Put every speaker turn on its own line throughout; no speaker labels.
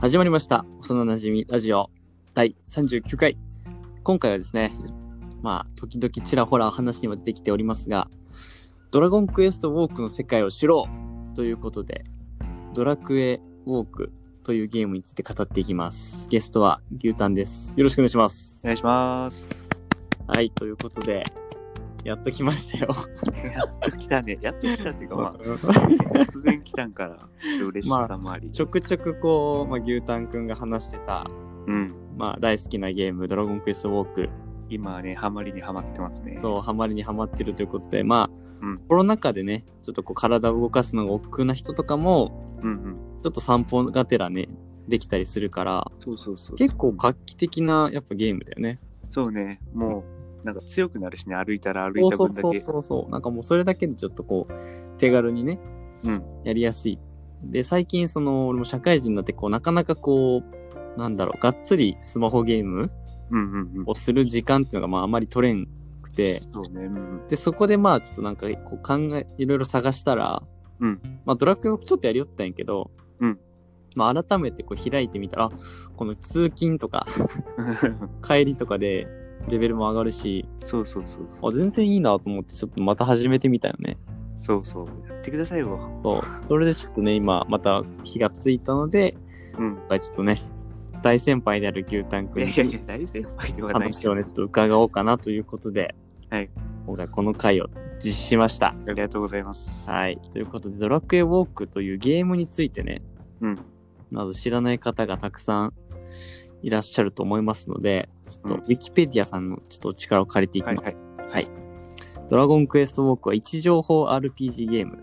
始まりました幼なじみラジオ第39回今回はですねまあ時々ちらほら話にも出てきておりますがドラゴンクエストウォークの世界を知ろうということでドラクエウォークというゲームについて語っていきますゲストは牛タンですよろしくお願いします
お願いします。
はいということでやっと来ましたよ
やっと来たね。やっと来たっていうか、まあ、
うん
突然来たんから、ちょっと嬉しさもあり。
ちょくちょくこう、まあ、牛タンくんが話してた
うん。
まあ大好きなゲームドラゴンクエストウォーク
今はね、ハマりにハマってますね。
そうハマりにハマってるということでまあ、
うん
コロナ禍でねちょっとこう体を動かすのが億劫な人とかも
う。うんうん。
ちょっと散歩がてらねできたりするから
そうそうそう。
結構画期的なやっぱゲームだよね
そうね。もう、なんか強くなるしね、歩いたら歩
そ
いうた
そ
分
う
だ
そう
け。
そうそうなんかもうそれだけでちょっとこう手軽にね
うん。
やりやすいで最近その俺も社会人になってこうなかなかこうなんだろうがっつりスマホゲーム
うんうんうん。
をする時間っていうのがまああまり取れんくて
そうね。うん
で、そこでまあ、ちょっとなんか、こう考え、いろいろ探したら、
うん
まあ、ドラクエをちょっとやりよったんやけど、
うん
まあ、改めてこう開いてみたら、あこの通勤とか、
うん。
帰りとかで、レベルも上がるし、
そうそうそうそ
あ、
う。
全然いいなと思って、ちょっとまた始めてみたよね。
そうそう。やってくださいよ。
そう。それでちょっとね、今、また火がついたので、
うん
やっ。ぱりちょっとね、大先輩である牛タン
い
君
や
に
いやいや、大先輩ではない
話をね、ちょっと伺おうかなということで、
はい
今回この回を実施しました。
ありがとうございます。
はい。ということで、ドラクエウォークというゲームについてね、
うん。
まず知らない方がたくさんいらっしゃると思いますので、ちょっと、
うん
ウィキペディアさんのちょっとお力を借りていき
は
ま
い
す。
はい。
ドラゴンクエストウォークは位置情報 RPG ゲーム。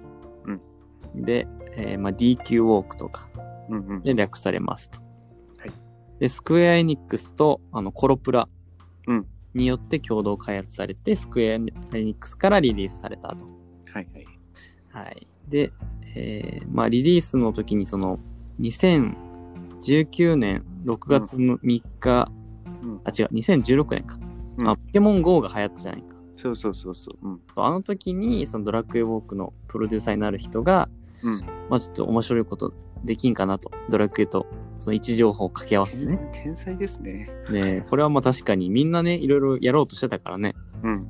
で、えーまあ、DQ ウォークとか
うんうん。
で略されますと。
はい
で、スクエアエニックスとあのコロプラ
うん
によって共同開発されて、スクエアエニックスからリリースされたと。
はいはい。
はい。で、えーまあ、リリースの時にその、2019年6月の3日、
うん。
あ、違う、2016年か。
うん
あ、ポケモン GO が流行ったじゃないか。
そうそうそうそう。うん。
あの時に、そのドラクエウォークのプロデューサーになる人が、
うん。
まあちょっと面白いことできんかなと。ドラクエと、その位置情報を掛け合わせてね。
天天才ですね。
ねこれはまあ確かにみんなね、いろいろやろうとしてたからね。
うん。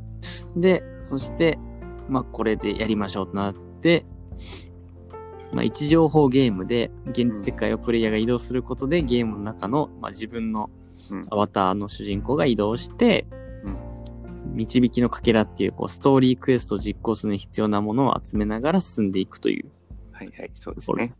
で、そして、まあ、これでやりましょうとなって、まあ、位置情報ゲームで、現実世界をプレイヤーが移動することで、ゲームの中の、まあ、自分の
うん
アバターの主人公が移動して、導きのかけらっていう、こう、ストーリークエストを実行するのに必要なものを集めながら進んでいくという。
はいはい、そうですね。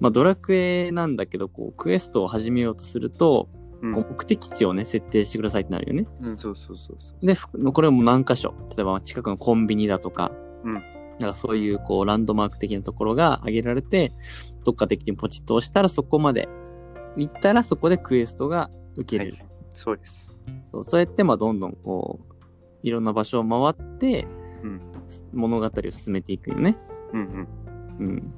まあ、ドラクエなんだけど、こう、クエストを始めようとすると、
うん
こう目的地をね、設定してくださいってなるよね。
うん、そうそうそうそう。
で、ふこれも何箇所。例えば近くのコンビニだとか、
うん
なんかそういうこうランドマーク的なところが挙げられて、どっか的にポチッと押したらそこまで行ったらそこでクエストが受け
は
れる。
い、そうです。
そうそうやって、まあどんどんこう、いろんな場所を回って、
うん
物語を進めていくよね。
うんうん。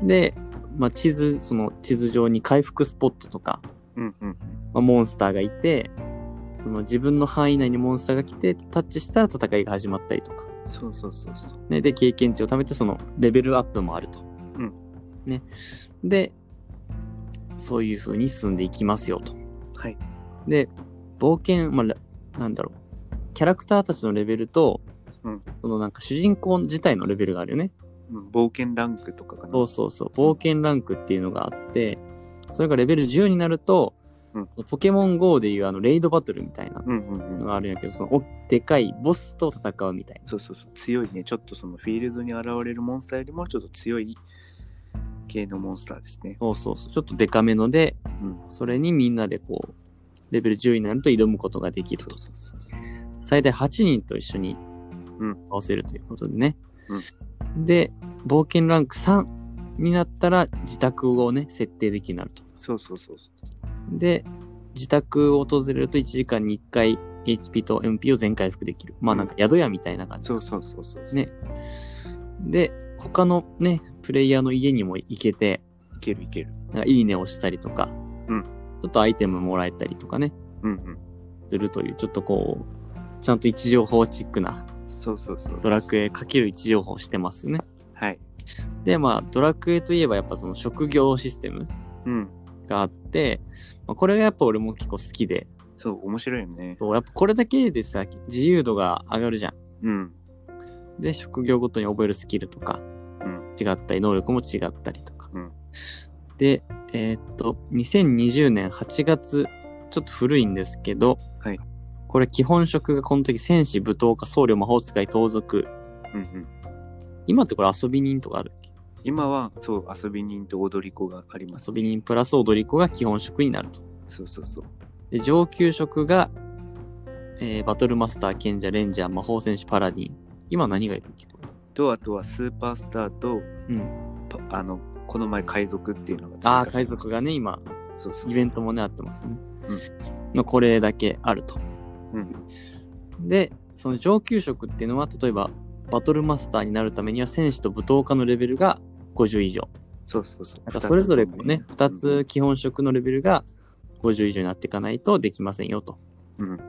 うん。で、まあ地図、その地図上に回復スポットとか、
うんうん。
まあ、モンスターがいて、その自分の範囲内にモンスターが来て、タッチしたら戦いが始まったりとか。
そうそうそうそう。
ね、で、経験値を貯めて、そのレベルアップもあると。
うん
ね。で、そういう風に進んでいきますよと。
はい。
で、冒険、まあら、なんだろう。キャラクターたちのレベルと、
うん
そのなんか主人公自体のレベルがあるよね。
うん、冒険ランクとかかな。
そうそうそう。冒険ランクっていうのがあって、それがレベル10になると、
うん
ポケモン GO でいうあのレイドバトルみたいな
うんうんう
の
ん。
があるんやけど、そのおでかいボスと戦うみたいな。
そうそうそう。強いね。ちょっとそのフィールドに現れるモンスターよりもちょっと強い系のモンスターですね。
そうそうそう。ちょっとデカめので、
うん
それにみんなでこう、レベル10になると挑むことができる
そ
と
う。そうそうそう。
最大8人と一緒に
うん
合わせるということでね。で、冒険ランク3になったら自宅をね、設定できるようになると。
そうそうそうそう。
で、自宅を訪れると1時間に1回 HP と MP を全回復できる。まあなんか宿屋みたいな感じ。
そうそうそうそう。
ね。で、他のね、プレイヤーの家にも行けて、
いけるいける。
なんかいいねをしたりとか、
うん
ちょっとアイテムもらえたりとかね、
うんうん。
するという、ちょっとこう、ちゃんと位置情報チックな
そうそうそう。
ドラクエ×位置情報をしてますね。
はい。
で、まあ、ドラクエといえばやっぱその職業システム
うん。
があって、まあ、これがやっぱ俺も結構好きで、
そう、面白いよね。
そうやっぱこれだけでさ、自由度が上がるじゃん。
うん。
で、職業ごとに覚えるスキルとか、
ん
違ったり、能力も違ったりとか。
うん
で、えーっと、2020年8月、ちょっと古いんですけど、
はい
これ基本職がこの時戦士、武闘家、僧侶、魔法使い、盗賊。
うんうん。
今ってこれ遊び人とかあるっけ
今は、そう、遊び人と踊り子があります。
遊び人プラス踊り子が基本職になると。
そうそうそう。
で、上級職が、えーバトルマスター、賢者、レンジャー、魔法戦士、パラディン。今何がいるっけ
と、あとはスーパースターと、
うん。
パあの、この前、海賊っていうのが追加
ああ、
さ
海
れました
賊がね、今、
そうそうそう
イベントもね、あってますね。
うん
のこれだけあると。
うん。
で、その上級職っていうのは、例えば、バトルマスターになるためには、戦士と武闘家のレベルが50以上。
そうそうそう。
なんかそれぞれこうね、
二
2つ。基本職のレベルが50以上になっていかないとできませんよと。
うん。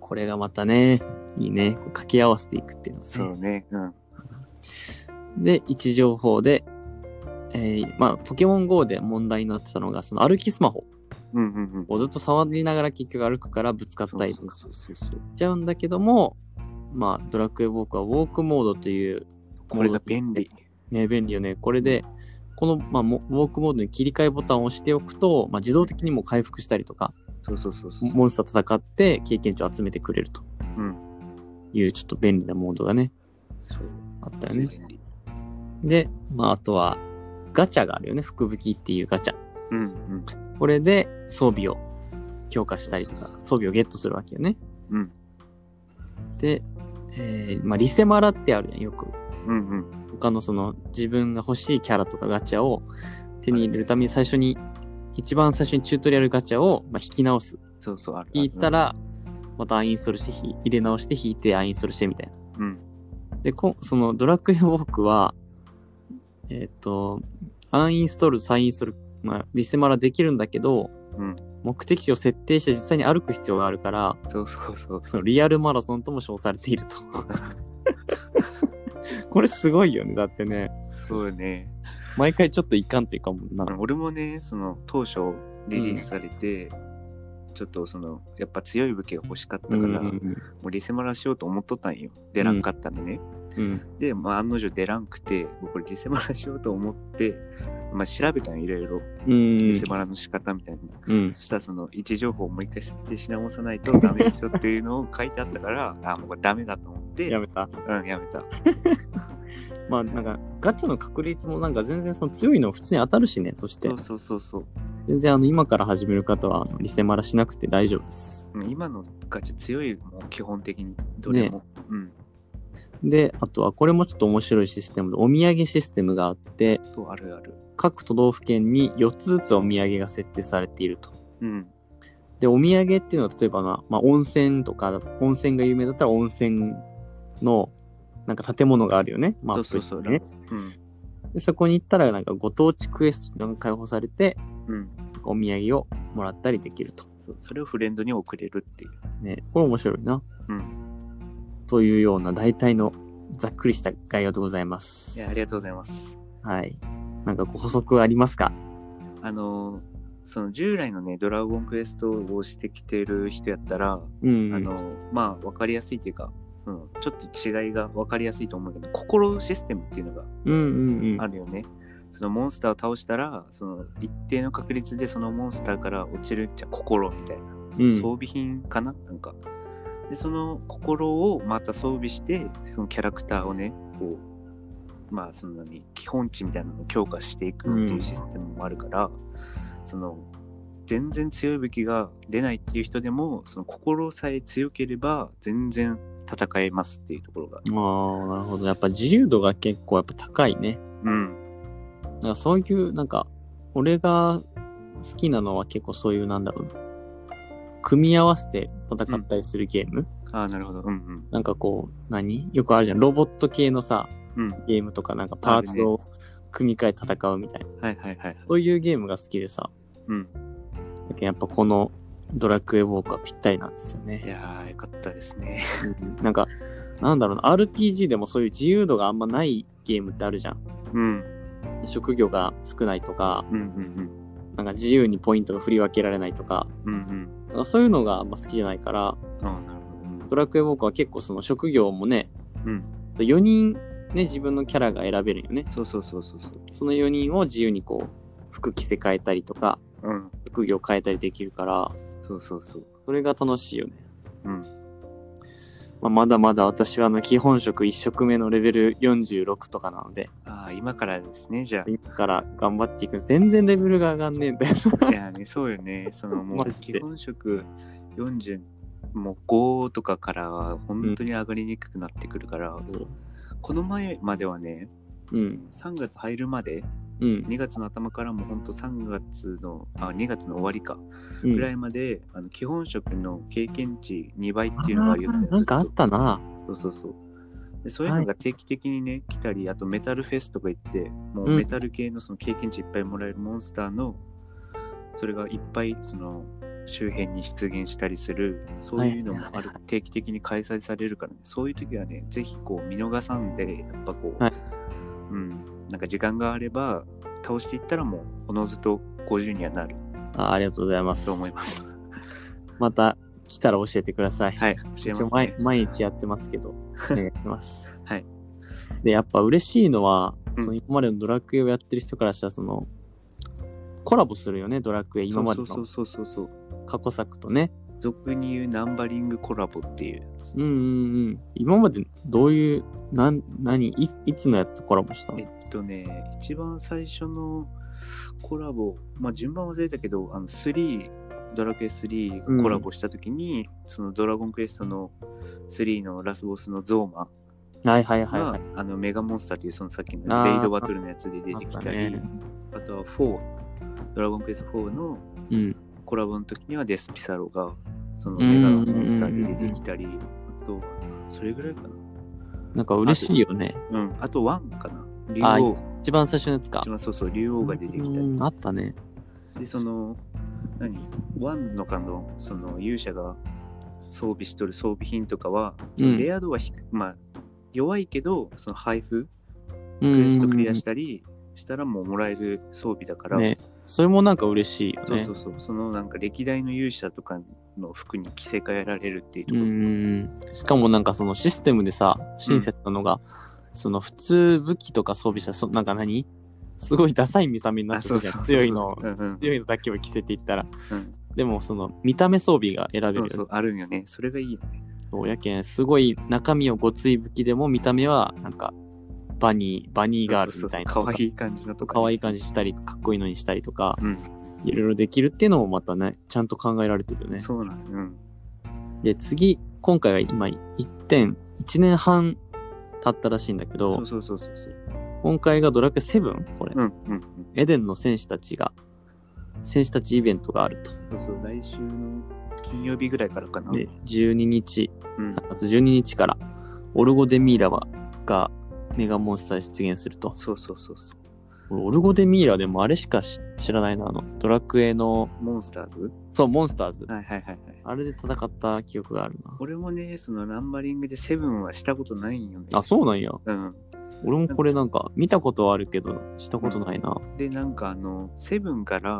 これがまたね、いいね。こう掛け合わせていくっていうのがね
そうね。うん。
で、位置情報で、えーまあ、ポケモン GO で問題になってたのが、その歩きスマホ
うんうんうん。
をずっと触りながら結局歩くからぶつかったりとか
そうそうそうそう。
っちゃうんだけども、まあ、ドラクエウォークはウォークモードという、
これが便利。
ね、便利よね。これで、この、まあ、もウォークモードに切り替えボタンを押しておくと、まあ、自動的にもう回復したりとか、
そうそうそうそう。
モンスターと戦って経験値を集めてくれると
うん。
いうちょっと便利なモードがね、
そう。
あったよね。で、まあ、あとは、ガチャがあるよね。福引きっていうガチャ。
うんうん。
これで装備を強化したりと
そう
か
そう、
装備をゲットするわけよね。
うん
で、えーまあ、リセマラってあるやん、よく。
うんうん。
他のその自分が欲しいキャラとかガチャを手に入れるために最初に、一番最初にチュートリアルガチャをまあ引き直す。
そうそう。ある
引いた、ら、またアンインストールしてひ入れ直して引いてアンインストールしてみたいな。
うん。
で、こそのドラクエウォークは、えっ、と、アンインストール、再インストール、まあ、リセマラできるんだけど、
うん
目的地を設定して実際に歩く必要があるから、
そうそうそう。
そのリアルマラソンとも称されていると。これすごいよね。だってね、
そうね。
毎回ちょっといかんというかもんな。
俺もね、その当初リリースされて、ちょっとその、やっぱ強い武器が欲しかったから、も
ん
うリセマラしようと思っとったんよ。出らんかったのね。
うん
で、まあ案の定出らんくて、もうこれリセマラしようと思って、まあ調べたんよいろいろ。
うん
リセマラの仕方みたいな。
うん
そしたらその位置情報をもう一回設定し直さないとダメですよっていうのを書いてあったから、あ、もうこれダメだと思って、
やめた。
うん、やめた。
まあなんかガチャの確率もなんか全然その強いの普通に当たるしね。そして
そうそうそうそう。
全然あの今から始める方はあのリセマラしなくて大丈夫です。
うん今のガチャ強いもん基本的にどれも。うん。
で、あとはこれもちょっと面白いシステムでお土産システムがあって
そう、あるある。
各都道府県に4つずつお土産が設定されていると。
うん。
で、お土産っていうのは、例えばな、まあ、温泉とか、温泉が有名だったら温泉の、なんか建物があるよね。まあ、
そうそうそう。
ね。
うん。
で、そこに行ったら、なんかご当地クエストが解放されて、
うん。
お土産をもらったりできると。
そうそれをフレンドに送れるっていう。
ね、これ面白いな。
うん。
というような、大体のざっくりした概要でございます。
いや、ありがとうございます。
はい。なんかご補足ありますか
あのー、その従来のね、ドラゴンクエストをしてきてる人やったら、
うん。
あの、まあ、わかりやすいというか、うん、ちょっと違いがわかりやすいと思うけど、心システムっていうのが
うんうんうん。
あるよね。そのモンスターを倒したら、その一定の確率でそのモンスターから落ちるっちゃ心みたいな。そ
う
の
ん
装備品かな、なんか。で、その心をまた装備して、そのキャラクターをね、こう、まあ、そんなに基本値みたいなのを強化していくっていうシステムもあるから、その、全然強い武器が出ないっていう人でも、その心さえ強ければ全然戦えますっていうところが。
あーなるほど。やっぱ自由度が結構やっぱ高いね。
うん。
なんかそういう、なんか、俺が好きなのは結構そういう、なんだろうな。組み合わせて戦ったりするゲーム、
ああ、なるほど。うん
なんかこう、何よくあるじゃん。ロボット系のさ、
うん。うん。は
ゲームとか、なんかパーツを組み替え戦うみたいな。
いはいはい。
そういうゲームが好きでさ。
うん。
だけどやっぱこのドラクエウォークはぴったりなんですよ
い
ね。
やー、よかったですね。
なんか、なんだろうな。RPG でもそういう自由度があんまないゲームってあるじゃん。
うん。
職業が少ないとか、
うんうん
なんか自由にポイントが振り分けられないとか、
うんうん。
なんかそういうのがあんま好きじゃないから、
ああ、なるほ
ドラクエウォークは結構その職業もね、
ど。うん。
4人ね、自分のキャラが選べるよね。
そうそうそうそうそう。
その4人を自由にこう、服着せ替えたりとか、
うん。
職業変えたりできるから、
そうそうそう。
それが楽しいよね。
うん。
まあ、まだまだ私はあの、基本職1色目のレベル46とかなので、
ああ、今からですね、じゃ
今から頑張っていく。全然レベルが上がんねえんだよ。
あ。いやね、そうよね。そのも
マ
う、
ジで
基本職40、もう5とかからは本当に上がりにくくなってくるから、この前まではね、
うん。
3月入るまで、
うん。
2月の頭からもう本当3月の、あ、2月の終わりか、
うん
ぐらいまで、あの基本職の経験値2倍っていうのが言って
あーなんかあったな。
そうそうそう。でそういうのが定期的にね、来たり、あとメタルフェスとか行って、もう
うん
メタル系のその経験値いっぱいもらえるモンスターの、それがいっぱいその周辺に出現したりする、そういうのも
はい
ある、定期的に開催されるからね、そういう時はね、ぜひこう見逃さんで、やっぱこう、
はい
うん、なんか時間があれば、倒していったらもう、おのずと50にはなる
あーありがとうございます
と。思います。
また来たら教えてください。
はい、教えます、
一応毎
ね。
毎日やってますけど、お願いします。
はい。
で、やっぱ嬉しいのは、
うん
その今までのドラクエをやってる人からしたら、その、コラボするよね、ドラクエ、今まで
そう
の
そうそうそうそう。
過去作とね。
俗に言うナンバリングコラボっていう。
うんうんうん。今までどういう、なん、何、いいつのやつとコラボしたの
えっとね、一番最初のコラボ、まあ順番忘れたけど、あの3、ドラクエ3がコラボした時に、そのドラゴンクエストの3のラスボスのゾーマ
はいはいはい
が、
はい。
あのメガモンスターっていうそのさっき
あ
の
ー
レイドバトルのやつで出てきたり、あ
あった
とは4、ドラゴンクエスト4の
うん。
コラボの時にはデスピサロがそのメガモンスターで出てきたり、あと、それぐらいかな。
なんか嬉しいよね。
うん、あと1かな。竜
あ
王、
ー、一番最初のやつか
一。番そうそう、竜王が出てきた
う
り
ん。あったね。
で、その、何ワンの間の、その、勇者が装備しとる装備品とかは、
う
レ
ん。
ア度は低くまあ、弱いけど、その配布、
うん
クエス
う
ト
ん
クリア
う
したりしたらもうもらえる装備だから、
ん。ね。それもなんか嬉しいよね。
そうそうそう、そのなんか歴代の勇者とかの服に着せ替えられるっていうと
う
ころ。
んしかもなんかそのシステムでさ、親切なのが、その普通武器とか装備したらそ、なんか何すごいダサい見た目にな
あ、
って
そ
る
う
じ
そう
ゃ
そ
ん。
う。
強いの
う、んうん
強いのだけを着せていったら。
うん
でもその見た目装備が選べる
そ
よ
う
ね。
そう、あるんよね。それがいいよね。
そうやけん、すごい中身をごつい武器でも見た目はなんかバニー、バニーガールズみたいな
そ
と
うそう
か。
そう可愛い感じのとか。
可愛い感じしたり、かっこいいのにしたりとか、
うん
いろいろできるっていうのもまたね、ちゃんと考えられてるよね。
そうなんうん。
で、次、今回は今1点、1年半経ったらしいんだけど、
そうそうそうそうそう。
今回がドラクエ7これ、
うんうんうん。
エデンの戦士たちが、戦士たちイベントがあると。
そうそう、来週の金曜日ぐらいからかな。
で、12日、
うん、
3月12日から、オルゴ・デ・ミイラはがメガモンスターに出現すると。
そうそうそうそう。
俺オルゴ・デ・ミイラでもあれしかし知らないな、あの、ドラクエの、
モンスターズ
そう、モンスターズ。
はいはいはいはい。
あれで戦った記憶があるな。
俺もね、そのナンバリングでセブンはしたことないんよね。
あ、そうなんや。
うん。
俺もこれなんか、見たことはあるけど、したことないな。
で、なんかあの、セブンから、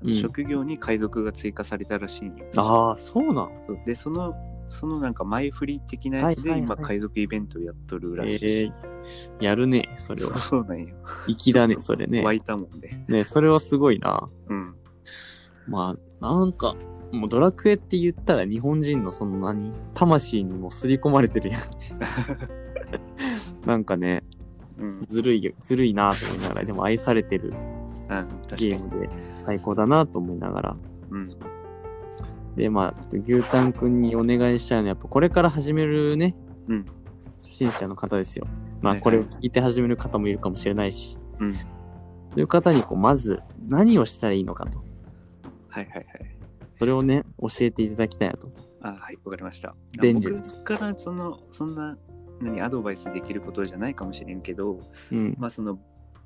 あ
う
の
ん
職業に海賊が追加されたらしいんよ。
ああ、そうなん。
そうで、その、そのなんか前振り的なやつで
はいはいはい
今海賊イベントやっとる
え
らしい。
ー、やるね、それ
そう
は。
そうなんよ。
粋だね、それね。
湧いたもんね。
ね、それはすごいな。
うん。
まあ、なんか、もうドラクエって言ったら日本人のその何、魂にも刷り込まれて るやん。なんかね、
うん。
ずるいよ、ずるいなと思いながら、でも愛されてる
あ確か
ゲ
に
ー。ムで最高だなと思いながら。
うん。
で、まあ、ちょっと牛タンくんにお願いしたいのは、やっぱこれから始めるね、
うん
初心者の方ですよ。ま
は
あ、
いはい
これを聞いて始める方もいるかもしれないし。
うん
という方に、こう、まず何をしたらいいのかと。
はいはいはい。
それをね、教えていただきたいなと。
あはい、わかりました。
便利で
僕からその、そんな、何、アドバイスできることじゃないかもしれんけど、
うん。
まあその、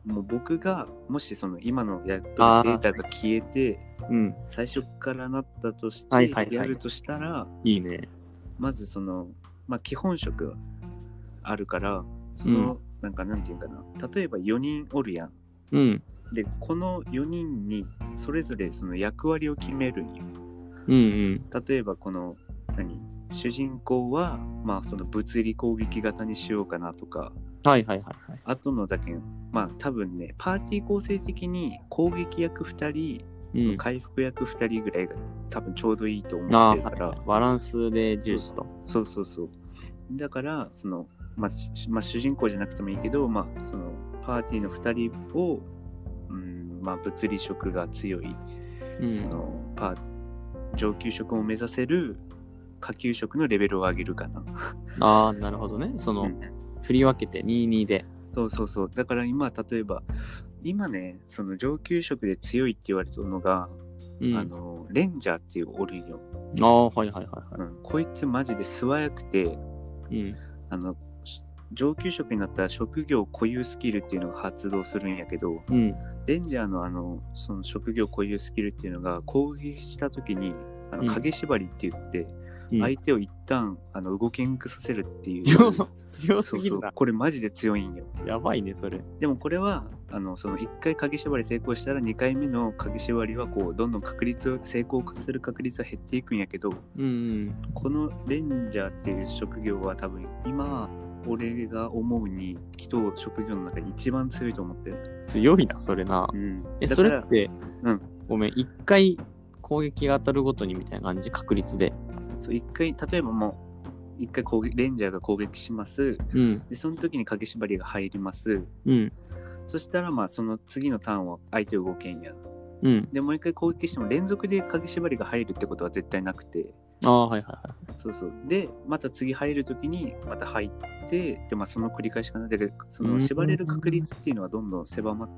もう僕が、もしその今のやっとるデ
あー
ータが消えて、
うん。
最初からなったとして、
はいはいはい
やるとしたら、
いいね。
まずその、まあ基本職はあるから、その、なんかなんていうかな、例えば4人おるやん。
うん。
でこの4人にそれぞれその役割を決めるんよ
うんうん。
例えばこの何主人公はまあその物理攻撃型にしようかなとか
はいはいはいはい。
あとのだけまあ多分ねパーティー構成的に攻撃役2人その回復役2人ぐらいが多分ちょうどいいと思
あ
っ
あ、
てるから、
はいバランスで重視と。
そうそうそうだからその、まあしまあ、主人公じゃなくてもいいけど、まあ、そのパーティーの2人を、うんまあ、物理色が強い
うん
そのパー上級職を目指せる下級職のレベルを上げるかな。
ああ、なるほどね。その、
うん
振り分けて22で。
そうそうそう。だから今、例えば、今ね、その上級職で強いって言われてるのが、
うん、
あの、レンジャーっていうおるんよ。
ああ、はいはいはい
うん
は
こいつマジで素早くて、
い。うん。
あの、し上級職になったら職業固有スキルっていうのが発動するんやけど、
うん。
レンジャーのあの、その職業固有スキルっていうのが攻撃した時に、あ
うん
の、影縛りって言って、
うん
相手を一旦あの動けんくさせるっ ていう。
強強す
そう
ぎ
そ
る
う
な。
これマジで強いんよ。
やばいね、それ。
でもこれはあのその1回鍵縛り成功したら2回目の鍵縛りはこうどんどん確率を成功する確率は減っていくんやけど
うん
このレンジャーっていう職業は多分今俺が思うに人を職業の中で一番強いと思ってる。
うん。強いな、それな
う。ん、
え、
だ
そ
か
れ
ら
って、
うん
ごめん、一回攻撃が当たるごとにみたいな感じ、確率で。
そう1回例えばもう1回攻撃レンジャーが攻撃します
うん。
でその時に鍵縛りが入ります
うん。
そしたらまあその次のターンは相手動けんや
うん。
でもう一回攻撃しても連続で鍵縛りが入るってことは絶対なくて
ああ、はいはいは
そうそうでまた次入るときにまた入ってで、まあ、その繰り返しかなだけどそ
うん
の縛れる確率っていうのはどんどん狭まっ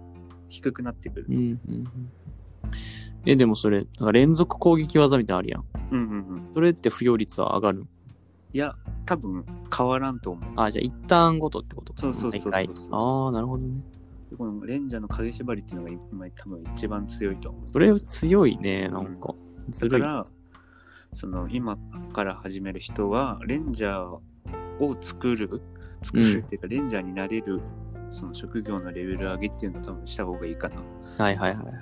低くなってくる
い。うん。うんうん。え、でもそれ、なんか連続攻撃技みたいなのあるやん。
うんうんうん
それって不要率は上がる
いや多分変わらんと思
あ、じゃあ一旦ごとってことですね
そうそうそうそう
毎回ああ、なるほどね。
うこのレンジャーの影縛りっていうのが今多分一番強いと思う
それ強いね、なんか。ずる
だ
い。
からその今から始める人はレンジャーを作る作るっていうか、レンジャーになれるその職業のレベル上げっていうのを多分した方がいいかな
はいはいはいはい。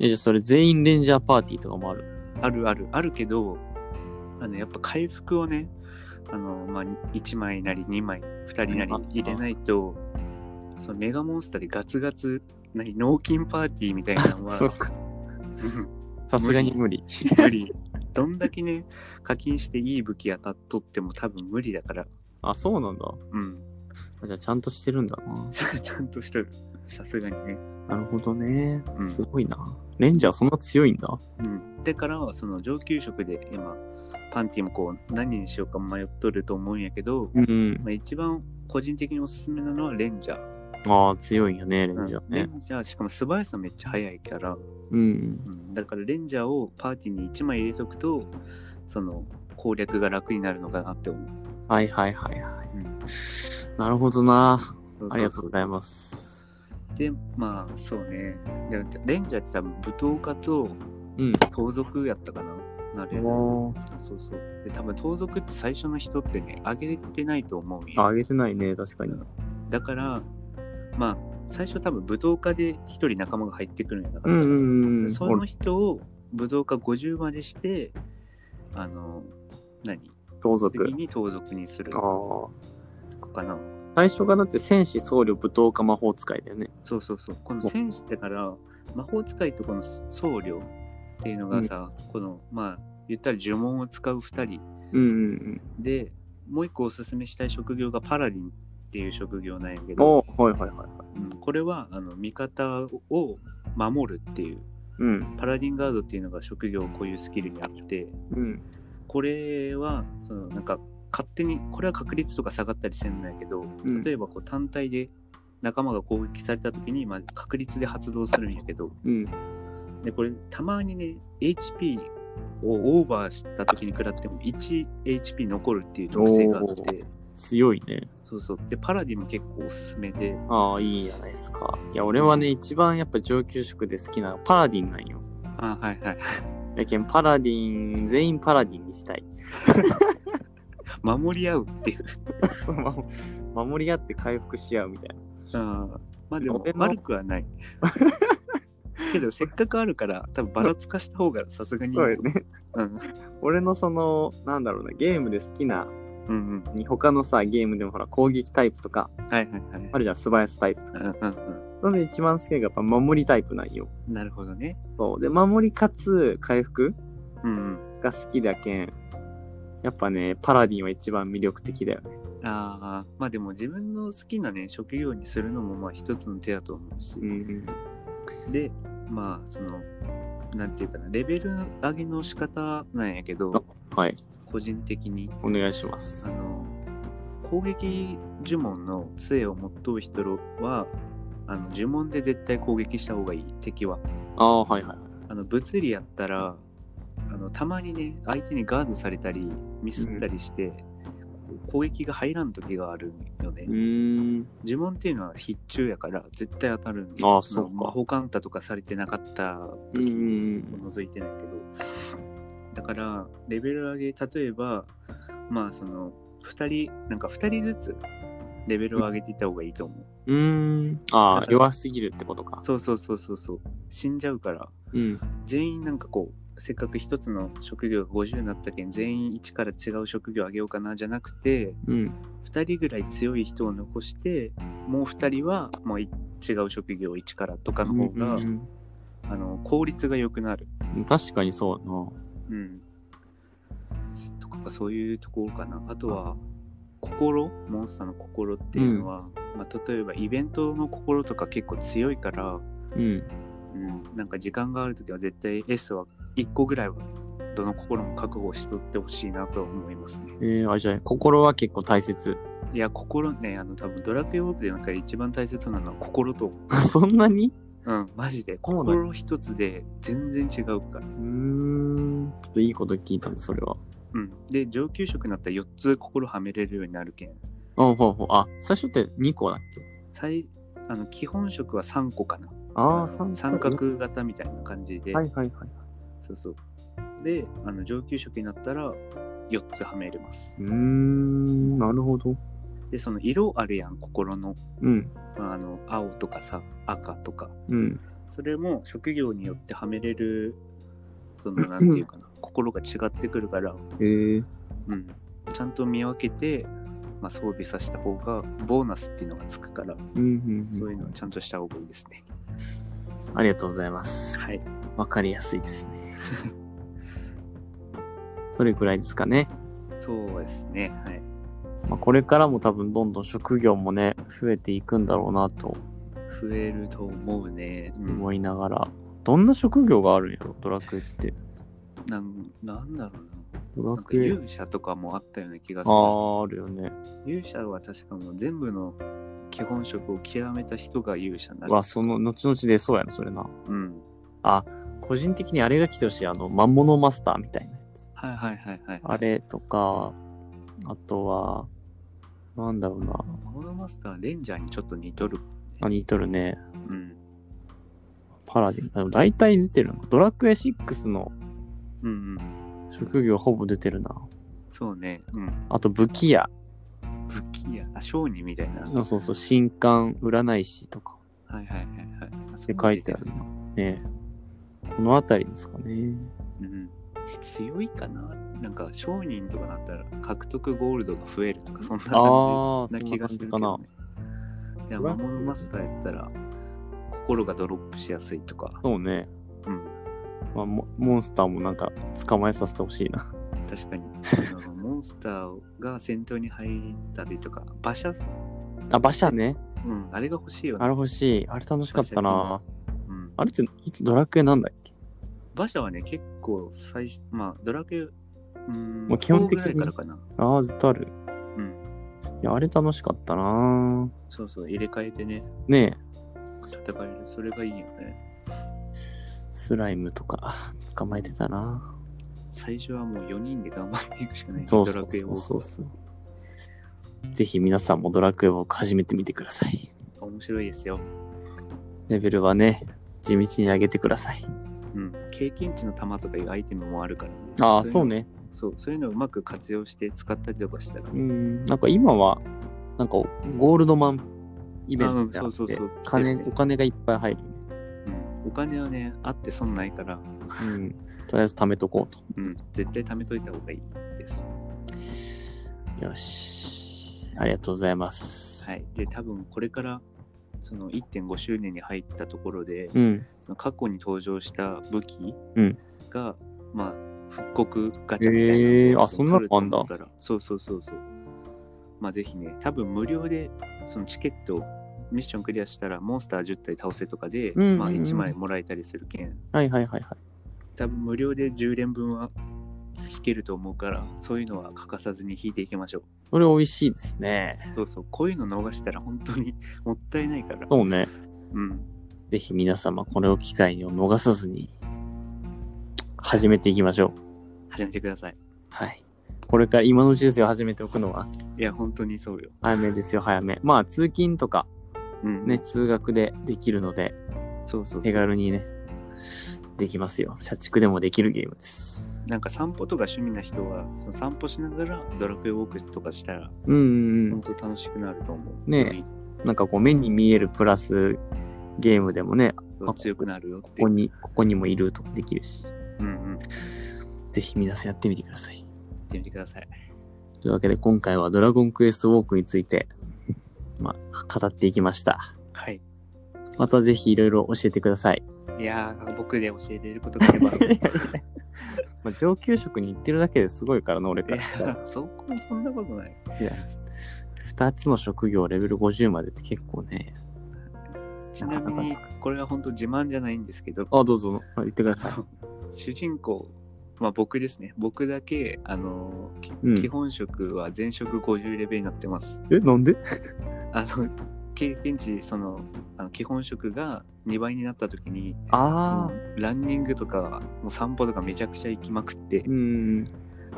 え、じゃあそれ全員レンジャーパーティーとかもある。
あるあるあるけどあのやっぱ回復をねあの、まあ、1枚なり2枚2人なり入れないとそのメガモンスターでガツガツ何脳筋パーティーみたいなのは
そっか。
うん
さすがに無理。
無理どんだけね課金していい武器当たっとっても多分無理だから
あ、そうなんだ。
うん
じゃあちゃんとしてるんだな。
ちゃんとしてる。さすがにね。
なるほどね。
うん
すごいな。レンジャーそんな強いんだ。
うん。だから、その上級職で今、パンティもこう、何にしようか迷っとると思うんやけど、
うん。
まあ、一番個人的におすすめなのはレンジャー。
ああ、強いよね、レ
う
ン
ん
ジャー
レ
ね。
ンジャー、しかも素早さめっちゃ速いから、
うん。
うん、だからレンジャーをパーティーに1枚入れとくと、その攻略が楽になるのかなって思う。
はいはいはいはい。
うん
なるほどな。
そうそうそう
ありがとうございます。
で、まあ、そうね。でレンジャーって多分武闘家と
うん。
盗賊やったかな。なれる。
おー
そうそう。で、多分盗賊って最初の人ってね、上げてないと思うん
あ
よ。
上げてないね、確かに。
だから、まあ、最初多分武道家で一人仲間が入ってくるんやなか
うん
っ
う
たか
んうん。
らその人を武道家50までして、あの、何
盗賊
次。に盗賊にする
ああ。
かな。
最初がだって戦士、僧侶、武闘家、魔法使いだよね。
そうそうそう。この戦士だから、魔法使いとこの僧侶っていうのがさ、この、まあ、言ったら呪文を使う二人
うんうん
で、もう一個おすすめしたい職業がパラディンっていう職業なんや
う
け
ん。
ど、
おーはいはいはいはい。
うんこれはあの味方を守るっていう
うん。
パラディンガードっていうのが職業固有スキルにあって
うん。
これはそのなんか勝手にこれは確率とか下がったりせんのやけど
うん
例えばこう単体で仲間が攻撃された時に、まあ、確率で発動するんやけど
うん。
でこれたまにね HP をオーバーした時に食らっても 1HP 残るっていう特性があっ
おー
て
強いね。
そうそうでパラディンも結構おすすめで
ああ、いいじゃないですか。いや、俺はね、一番やっぱ上級職で好きなのはパラディンなんよ。
あはいはい
やけん、パラディン、全員パラディンにしたい。
守り合うっていう
その守り合って回復し合うみたいな。
あまあでも
俺の
悪く はない。けどせっかくあるから多分ばらつかした方がさすがにいいと
そう
思
よね。
うん
俺のその、なんだろうな、ゲームで好きな、
うん
他のさ、ゲームでもほら、攻撃タイプとか、
うん。はいはいはい。
あるじゃん、素早さタイプとか。
うんうん
そので一番好きなのがやっぱ守りタイプなんよ。
うん。なるほどね。
そう。で、守りかつ回復
うん
が好きだけん、やっぱね、パラディンは一番魅力的だよね。
うん。ああ、まあでも自分の好きなね、職業にするのもまあ一つの手だと思うし。
ん。
で、まあその、なんていうかな、レベル上げの仕方なんやけど、
はい。
個人的に。
お願いしま
あ
す。
の攻撃呪文の杖を持っとう人はあの呪文で絶対攻撃した方がいい敵は
ああ、はいはいはい。
あの物理やったらあのたまにね相手にガードされたりミスったりして、攻撃が入らん時があるよね、
うーん。
呪文っていうのは必中やから絶対当たるん
あーそうか
魔法カウンターとかされてなかった
う
時
ん。
覗いてないけどだからレベル上げ例えばまあその2人なんか2人ずつレベルを上げていった方がいいと思う、
うーん。ああ、弱すぎるってことか。
そうそうそうそうそう死んじゃうから
うん。
全員なんかこうせっかく一つの職業が50になったけん全員一から違う職業上げようかなじゃなくて
うん。
2人ぐらい強い人を残してもう2人はもうい違う職業一からとかの方が、
うん
あの効率が良くなる
確かにそうやな。
うん。とかかそういうところかな。あとは、心、モンスターの心っていうのは、まあ、例えばイベントの心とか結構強いから、
うん。
うん、なんか時間があるときは絶対 S は1個ぐらいはどの心も覚悟しとってほしいなと思いますね。
えー、あれじゃない心は結構大切。
いや、心ね、あの多分ドラクエウォークでなんか一番大切なのは心と思う、
あそんなに
うん、マジで。
そうなんや
心一つで全然違うから
う。ーん。ちょっといいこと聞いたんで、それは。
うん。で、上級職になったら4つ心はめれるようになるけん。
あ、ほうほう。あ、最初って2個だっけ
最あの基本色は3個かな
あ
の
あ、三
三角型みたいな感じで、
はいはいはい。
そうそうであの上級色になったら4つはめれます
うーん、なるほど。
でその色あるやん心の
うん、
まああの青とかさ赤とか
うん。
それも職業によってはめれるそ のなんていうかな心が違ってくるから、
ええ
うん、ちゃんと見分けて、まあ、装備させた方がボーナスっていうのがつくから、
うん、うん。
そういうのをちゃんとした方がいいですね
ありがとうございます。
はい
わかりやすいですね。それくらいですかね。
そうですねはい
まあ、これからも多分どんどん職業もね、増えていくんだろうなと
増えると思うね。うん
思いながら。どんな職業があるんやろ、ドラクエって。
なんなんだろうな。
ド
な
ラ
んか
クエ。
勇者とかもあったような気がす
あ
る。
あ、あるよね。
勇者は確かもう全部の基本職を極めた人が勇者になる
は、。その、後々出そうやな、それな。
うん。
個人的にあれが来てほしい、あの、魔物マスターみたいなやつ。
はいはいはいはい。
あれとか、あとは、なんだろうな。
モノマスター、レンジャーにちょっと似とる。
あ、似とるね。
うん。
パラディン。あでも大体出てるのか。ドラクエ6の
うんうん。
職業ほぼ出てるな。
そうね。うん。
あと武器屋。
武器や、あ、商人みたいな。はい
あそうそう、新刊占い師とか
はいはいはい。あ
って書いてあるな。。ねえこのあたりですかね。
そういうの出てるうん。強いかななんか商人とかなったら獲得ゴールドが増えるとか、そんな感じ。
ああ、そ
なん気
な感
がす
じ
る
か
か
な
な。。いや、魔物マスターやったら、心がドロップしやすいとか、
そうね。
うん、
まあ、モモンスターもなんか捕まえさせてほしいな。
確かに。あのモンスターが戦闘に入ったりとか、馬車、
あ、馬車ね。
うん、あれが欲しいよ
あれ
ね。
欲しい。あれ楽しかったな。
うん、
あれっていつドラクエなんだっけ
馬車はね、結構最初、まあ、ドラクエ、うん、
もう基本的に
4ぐらいからかな。
ああ、ずっとある。
うん、
いや、あれ楽しかったな。
そうそう、入れ替えてね、
ねえ、
戦える。それがいいよね。
スライムとか捕まえてたな。
最初はもう4人で頑張っていくしかない。
そう
ド
そ
ラ
う
クエウォ
そ
ー
う
ク
そうそう。ぜひ皆さんもドラクエを始めてみてください。
面白いですよ。
レベルはね、地道に上げてください。
うん、経験値の玉とかいうアイテムもあるからね。
ああ、
いの
そうね。
そう、そういうのをうまく活用して使ったりとかしたら、
うん、なんか今は、なんかゴールドマンイベントで
あ
あ
う
っ
んそうそう
て
そう
金
来てて
お金がいっぱい 入る、
うんお金はねあって損ないから、
うん、とりあえず貯めとこう
うん、絶対貯めといた方がいいです
とよしありがとうございます、
はい、で多分これからその1.5周年に入ったところで、
うん
その過去に登場した武器
うん
が、まあ、復刻ガチャみたいな
へ
の
ーあそんなのあんだ
来ると思うからそうそうそうそうまあぜひね多分無料でそのチケットミッションクリアしたらモンスター10体倒せとかで、
うんうんうん
まあ、1枚もらえたりするけん
はいはいはいはい
多分無料で10連分は引けると思うからそういうのは欠かさずに引いていきましょう
それ美味しいですね
そうそうこういうの逃したら本当に もったいないから
そうね
うん
ぜひ皆様これを機会を逃さずに始めていきましょう
始めてください。
はいこれから今のうちですよ始めておくのはい
や、本当にそうよ。
早めですよ早めまあ通勤とか
うん
ね、通学でできるので
そうそう
手
そう。
軽にねできますよ社畜でもできるゲームです
なんか散歩とか趣味な人は、その散歩しながらドラクエウォークとかしたら、
うんうんう
本
ん
当楽しくなると思う。
ねなんかこう目に見えるプラスゲームでもね
うん強くなるよって
ここにここにもいるとかできるし
うんうん。や
ぜひ皆さんやってみてください
ってみてください。
というわけで今回は「ドラゴンクエストウォーク」について、 まあ、語っていきました
はい。
またぜひいろいろ教えてください、
いやー、僕で教えれることがあれば。い
まあ、上級職に行ってるだけですごいからな俺からしたら
や、そこもそんなことない。
2つの職業レベル50までって結構ね
ちなみに、これは本当自慢じゃないんですけど、
あどうぞあ言ってください
主人公、まあ僕ですね。僕だけ、あのーき
うん
基本職は全職50レベルになってます。
えなんで
あの経験値そのあの基本職が2倍になった時に
ああ
ランニングとかもう散歩とかめちゃくちゃ行きまくって、
うん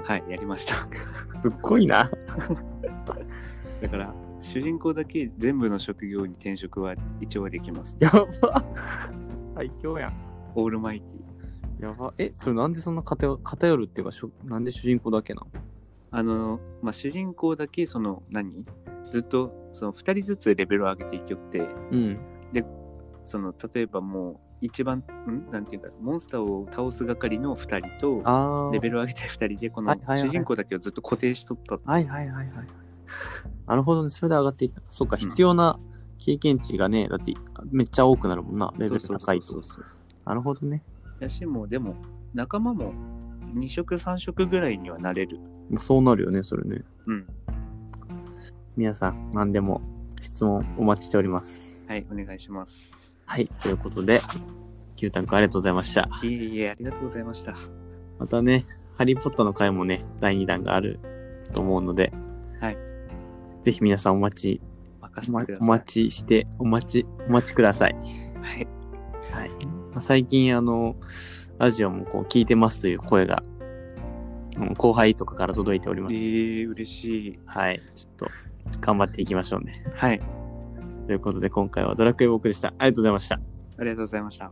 はいやりました
すっごいな
だから主人公だけ全部の職業に転職は一応はできます
やば最強やん
オールマイティ
やばえそれなんでそんな偏偏るっていうかしょなんで主人公だけなの
あのまあ主人公だけその何ずっとその2人ずつレベルを上げていきよって
うん
その例えばもう一番んなんていうんだろうモンスターを倒す係の2人と
ああ
レベルを上げて2人でこの
はいはいはい
主人公だけをずっと固定しとったっていう
はいはいはいはいなるほどねそれで上がっていくそっか必要な経験値がね、だってめっちゃ多くなるもんなレベル高い
そう
と
そうそうそう
なるほどね
やしもうでも仲間も2色3色ぐらいにはなれる
もうそうなるよねそれね
うん
皆さん何でも質問お待ちしております
はいお願いします
はいということで Q タンクありがとうございました
いえいえありがとうございましたは
またね、ハリー・ポッターの回もね、第2弾があると思うので、
はい。
ぜひ皆さんお待ち、
任
お
せて
待
くだ
お
さい
待ちして、お待ち、お待ちください。
はい
はい。まあ最近、あの、ラジオもこう、聞いてますという声が、うん後輩とかから届いております。
ええ嬉しい
はい。ちょっと、頑張っていきましょうね。
はい
ということで、今回はドラクエウォークでした。ありがとうございました。
ありがとうございました